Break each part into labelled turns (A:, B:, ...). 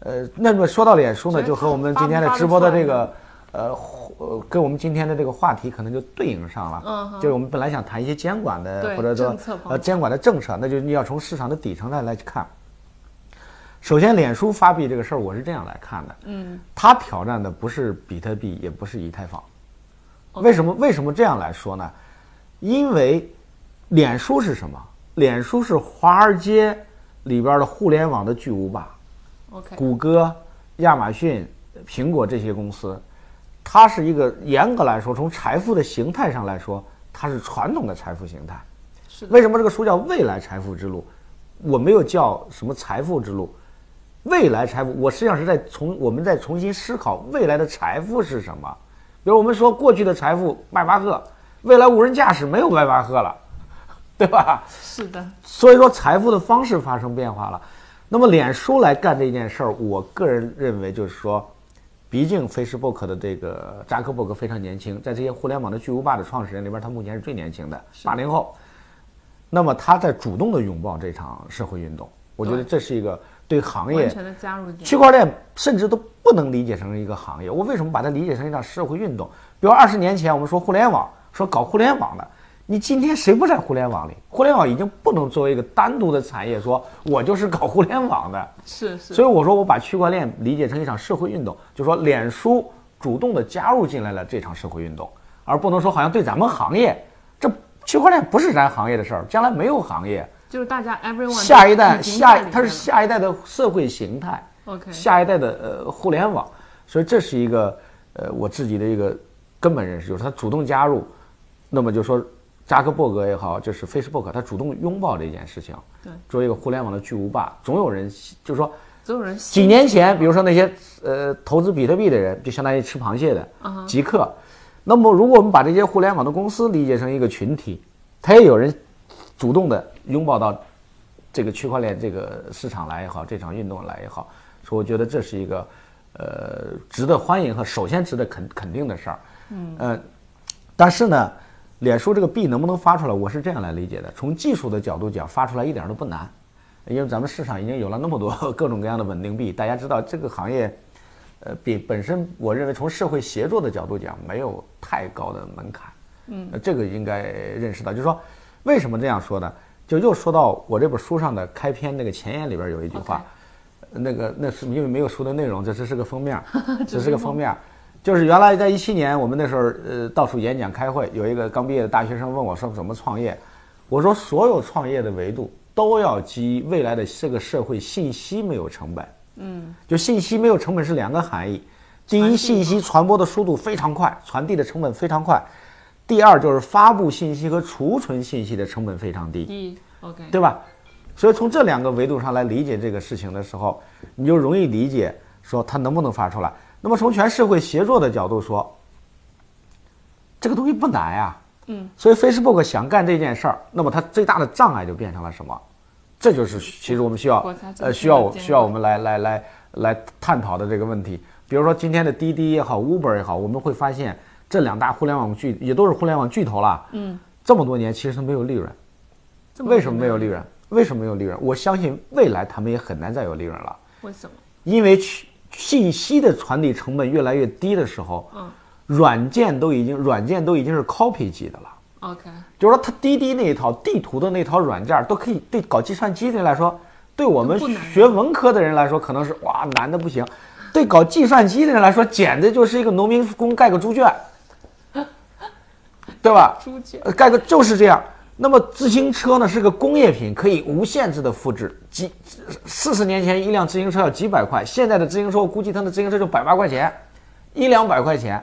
A: 呃，那么说到脸书呢，
B: 觉得
A: 就和我们今天的
B: 发不
A: 直播的
B: 发得
A: 这个，呃，呃跟我们今天的这个话题可能就对应上了。
B: 嗯
A: 就是我们本来想谈一些监管的，
B: 对
A: 或者说
B: 政策方面
A: 呃监管的政策，那就你要从市场的底层来来去看。首先，脸书发币这个事儿，我是这样来看的。嗯，它挑战的不是比特币，也不是以太坊。
B: 哦
A: 为什么为什么这样来说呢？因为脸书是什么？脸书是华尔街里边的互联网的巨无霸。
B: OK，
A: 谷歌、亚马逊、苹果这些公司，它是一个严格来说，从财富的形态上来说，它是传统的财富形态。
B: 是的
A: 为什么这个书叫《未来财富之路》？我没有叫什么财富之路，未来财富，我实际上是在从我们在重新思考未来的财富是什么。比如我们说过去的财富迈巴赫，未来无人驾驶没有迈巴赫了，对吧？
B: 是的，
A: 所以说财富的方式发生变化了。那么脸书来干这件事儿，我个人认为就是说，毕竟 Facebook 的这个扎克伯格非常年轻，在这些互联网的巨无霸的创始人里边，他目前是最年轻的，八零后。那么他在主动的拥抱这场社会运动，我觉得
B: 对
A: 这是一个对行业
B: 完全的加入进
A: 区
B: 来。
A: 块链甚至都不能理解成一个行业。我为什么把它理解成一场社会运动？比如二十年前我们说互联网，说搞互联网的，你今天谁不在互联网里？互联网已经不能作为一个单独的产业，说我就是搞互联网的。
B: 是是
A: 所以我说我把区块链理解成一场社会运动，就说脸书主动的加入进来了这场社会运动，而不能说好像对咱们行业，这区块链不是咱行业的事儿，将来没有行业。
B: 就是大家 everyone
A: 下一代
B: 嗯已经
A: 下
B: 在里
A: 它是
B: 面了
A: 下一代的社会形态。
B: OK
A: 下一代的呃互联网，所以这是一个呃我自己的一个根本认识，就是他主动加入，那么就说扎克伯格也好，就是 Facebook，他主动拥抱这件事情，
B: 对，
A: 作为一个互联网的巨无霸，总有人就是说
B: 总有人信
A: 几年前，比如说那些呃投资比特币的人，就相当于吃螃蟹的极客，那么如果我们把这些互联网的公司理解成一个群体，他也有人主动的拥抱到这个区块链这个市场来也好，这场运动来也好，所以我觉得这是一个呃值得欢迎和首先值得肯肯定的事儿。嗯，呃，但是呢，脸书这个币能不能发出来，我是这样来理解的：从技术的角度讲，发出来一点儿都不难，因为咱们市场已经有了那么多各种各样的稳定币，大家知道这个行业。呃，比本身我认为从社会协作的角度讲，没有太高的门槛。嗯，这个应该认识到，就是说，为什么这样说呢？就又说到我这本书上的开篇那个前言里边有一句话
B: OK
A: 那个那是因为没有书的内容，这只是个封面儿， 只是个封面儿。就是原来在一七年，我们那时候呃到处演讲开会，有一个刚毕业的大学生问我说怎么创业，我说所有创业的维度都要基于未来的这个社会信息没有成本。就信息没有成本是两个含义。第一，信息嗯传播的速度非常快，传递的成本非常快；第二，就是发布信息和储存信息的成本非常低，
B: 第一 OK
A: 对吧？所以从这两个维度上来理解这个事情的时候，你就容易理解说它能不能发出来。那么从全社会协作的角度说，这个东西不难呀。嗯。所以 Facebook 想干这件事儿，那么它最大的障碍就变成了什么？这就是其实我们需要
B: 国家政策
A: 呃
B: 的
A: 需要我
B: 监管
A: 需要我们来来来来探讨的这个问题。比如说今天的滴滴也好，Uber 也好，我们会发现这两大互联网巨也都是互联网巨头了。嗯。这么多年其实它没有利润，
B: 这
A: 为什么没有
B: 多
A: 利润？为什么没有利润？我相信未来他们也很难再有利润了。
B: 人？为什么？
A: 因为去信息的传递成本越来越低的时候，嗯，软件都已经软件都已经是 copy 级的了，
B: OK，
A: 就是说它滴滴那一套地图的那套软件儿都可以对搞计算机的人来说，对我们
B: 都不难
A: 学文科的人来说可能是哇难的不行，对搞计算机的人来说简直就是一个农民工盖个猪圈，对吧？
B: 猪圈
A: 呃，盖个就是这样。那么自行车呢是个工业品，可以无限制的复制。几四十年前一辆自行车要几百块，现在的自行车我估计它的自行车就百八块钱，一两百块钱。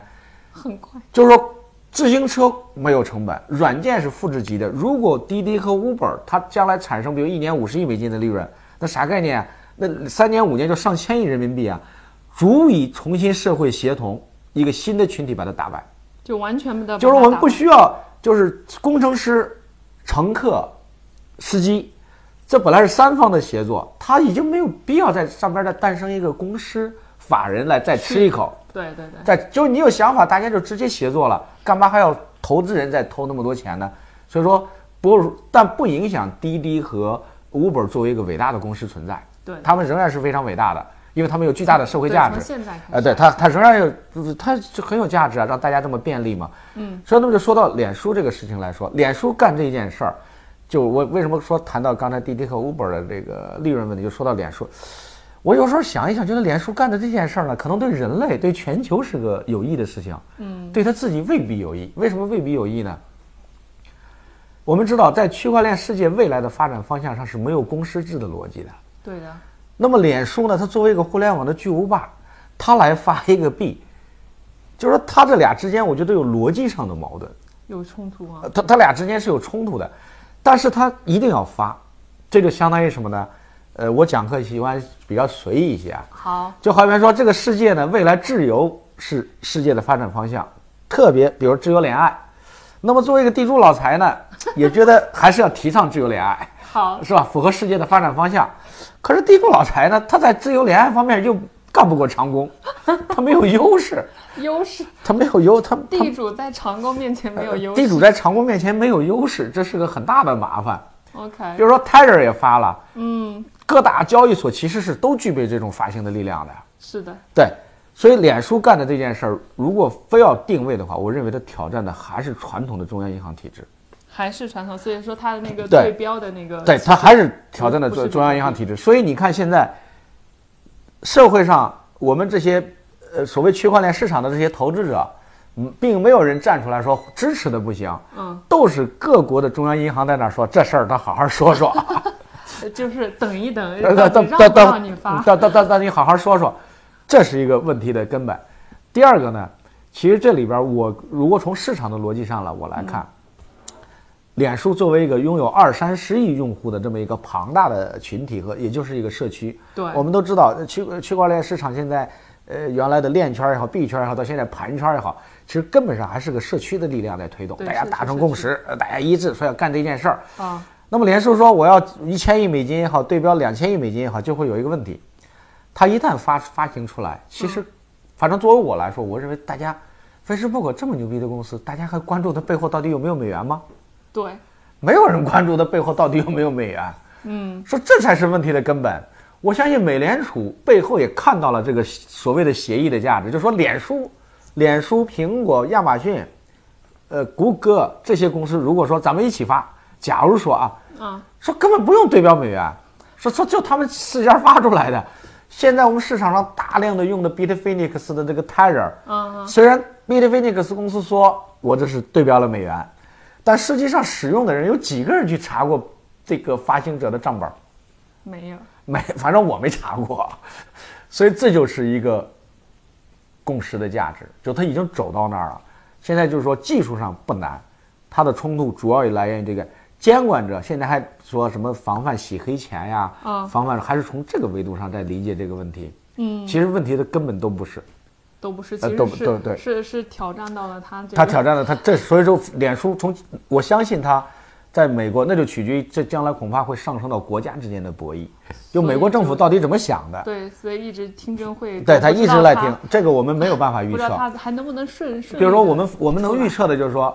B: 很快
A: 就是说，自行车没有成本，软件是复制级的。如果滴滴和 Uber 它将来产生，比如一年五十亿美金的利润，那啥概念啊？那三年五年就上千亿人民币啊，足以重新社会协同一个新的群体把它打败。
B: 就完全的
A: 就是我们不需要，就是工程师、乘客、司机，这本来是三方的协作，他已经没有必要在上边再诞生一个公司法人来再吃一口。
B: 对对对，
A: 在就是你有想法，大家就直接协作了，干嘛还要投资人再投那么多钱呢？所以说不，但不影响滴滴和 Uber 作为一个伟大的公司存在，
B: 对
A: 他们仍然是非常伟大的。因为他们有巨大的社会
B: 对
A: 价
B: 从
A: 值。
B: 现在开始
A: 呃，对它，它仍然有，它就很有价值啊，让大家这么便利嘛。嗯，所以那么就说到脸书这个事情来说，脸书干这件事儿，就我为什么说谈到刚才滴滴和 Uber 的这个利润问题，就说到脸书。我有时候想一想，觉得脸书干的这件事儿呢，可能对人类、对全球是个有益的事情，嗯，对他自己未必有益。为什么未必有益呢？我们知道，在区块链世界未来的发展方向上是没有公司制的逻辑的，
B: 对的，
A: 那么脸书呢，它作为一个互联网的巨无霸，它来发一个币，就是说它这俩之间，我觉得有逻辑上的矛盾，
B: 有冲突啊
A: 呃，它它俩之间是有冲突的，但是它一定要发，这就相当于什么呢？呃，我讲课喜欢比较随意一些啊，
B: 好，
A: 就好比说这个世界呢，未来自由是世界的发展方向，特别比如自由恋爱，那么作为一个地主老财呢，也觉得还是要提倡自由恋爱。
B: 好，
A: 是吧？符合世界的发展方向。可是地主老财呢，他在自由恋爱方面又干不过长工，他没有优势，
B: 优势
A: 他没有优， 他他
B: 地主在长工面前没有优势。
A: 地主在长工面前没有优势，这是个很大的麻烦。比
B: OK，
A: 如说 t e r r 也发了，
B: 嗯，
A: 各大交易所其实是都具备这种发行的力量的。
B: 是的，
A: 对，所以脸书干的这件事儿，如果非要定位的话，我认为它挑战的还是传统的中央银行体制。
B: 还是传统，所以说他的那个
A: 对
B: 对标的那个
A: 对，它还是挑战了
B: 不是
A: 中
B: 比
A: 中央银行
B: 例
A: 体制。所以你看，现在社会上我们这些呃所谓区块链市场的这些投资者，嗯并没有人站出来说支持的不行，
B: 嗯，
A: 都是各国的中央银行在那儿说这事儿，他好好说说，
B: 呃就是等一等，
A: 等
B: 到
A: 等
B: 底
A: 等
B: 让不让你
A: 等
B: 发？
A: 等等等，你好好说说，这是一个问题的根本。第二个呢，其实这里边儿我如果从市场的逻辑上了，我
B: 嗯
A: 来看。脸书作为一个拥有二三十亿用户的这么一个庞大的群体和，也就是一个社区，
B: 对
A: 我们都知道呃区呃区块链市场现在，呃，原来的链圈也好，币圈也好，到现在盘圈也好，其实根本上还是个社区的力量在推动，
B: 对
A: 大家
B: 是
A: 达
B: 是
A: 成
B: 是
A: 共
B: 是
A: 识，呃大家一致说要干这件事儿。
B: 啊，
A: 那么脸书说我要一千亿美金也好，对标两千亿美金也好，就会有一个问题，它一旦发发行出来，其实，反正作为我来说，我认为大家，Facebook 这么牛逼的公司，大家还关注它背后到底有没有美元吗？
B: 对，
A: 没有人关注它背后到底有没有美元，
B: 嗯，
A: 说这才是问题的根本。我相信美联储背后也看到了这个所谓的协议的价值，就说脸书、脸书、苹果、亚马逊、呃，谷歌这些公司，如果说咱们一起发，假如说啊，
B: 啊，
A: 说根本不用对标美元，说说就他们四家发出来的。现在我们市场上大量的用的 Bitfinex 的这个 Tether，
B: 嗯，
A: 虽然 Bitfinex 公司说我这是对标了美元，但实际上使用的人有几个人去查过这个发行者的账本儿？
B: 没有，
A: 没， 反正我没查过，所以这就是一个共识的价值，就它已经走到那儿了。现在就是说技术上不难，它的冲突主要也来源于这个监管者现在还说什么防范洗黑钱呀，
B: 嗯
A: 防范还是从这个维度上在理解这个问题。
B: 嗯，
A: 其实问题的根本都不是，
B: 都不是，
A: 呃
B: 其实
A: 都
B: 是
A: 都对
B: 是是挑战到了他这个
A: 他挑战了他这，所以说脸书从我相信他在美国那就取决于这将来恐怕会上升到国家之间的博弈，就美国政府到底怎么想的。
B: 对，所以一直听证会，
A: 对他
B: 他
A: 一直来听，这个我们没有办法预
B: 不知道
A: 测。
B: 他还能不能顺顺利地。
A: 比如说，我们我们能预测的就是说，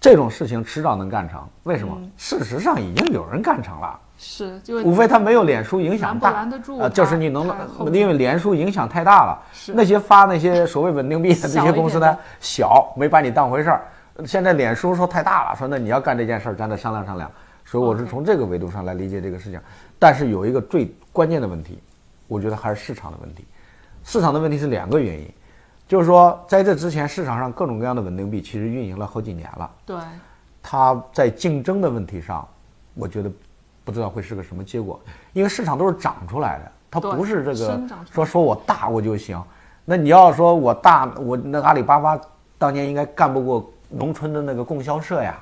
A: 这种事情迟早能干成。为什么？
B: 嗯
A: 事实上已经有人干成了，
B: 是，就
A: 无非他没有脸书影响大，
B: 拦不拦得住
A: 呃就是你能
B: 它后面
A: 因为脸书影响太大了。
B: 是
A: 那些发那些所谓稳定币的这
B: 小一
A: 些
B: 点
A: 公司呢
B: 的，
A: 小没把你当回事儿。现在脸书说太大了，说那你要干这件事儿，咱得商量商量。所以我是
B: OK
A: 从这个维度上来理解这个事情，但是有一个最关键的问题，我觉得还是市场的问题。市场的问题是两个原因，就是说在这之前，市场上各种各样的稳定币其实运营了好几年了，
B: 对
A: 它在竞争的问题上，我觉得不知道会是个什么结果，因为市场都是长出来的，它
B: 对
A: 不是这个
B: 生长出来的
A: 说说我大我就行。那你要说我大，我那阿里巴巴当年应该干不过农村的那个供销社呀，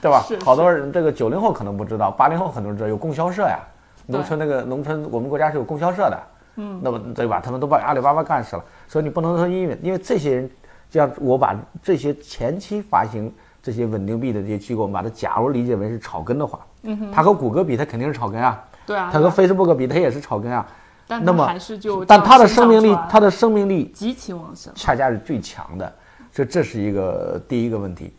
A: 对吧
B: 是？
A: 好多人这个九零后可能不知道，八零后很多人知道有供销社呀，
B: 对
A: 农村那个农村我们国家是有供销社的，嗯，那么对吧？他们都把阿里巴巴干死了，所以你不能说因为因为这些人，这样我把这些前期发行这些稳定币的这些机构，我们把它假如理解为是草根的话，嗯哼，它和谷歌比，它肯定是草根啊，
B: 对啊，
A: 它和 Facebook 比，它也是草根啊，
B: 但
A: 那
B: 他
A: 么
B: 还是就
A: 但
B: 这样
A: 它的
B: 生
A: 生命
B: 长
A: 力
B: 出来，
A: 它的生命力
B: 极其旺盛。
A: 恰恰是最强的，所以这是一个第一个问题。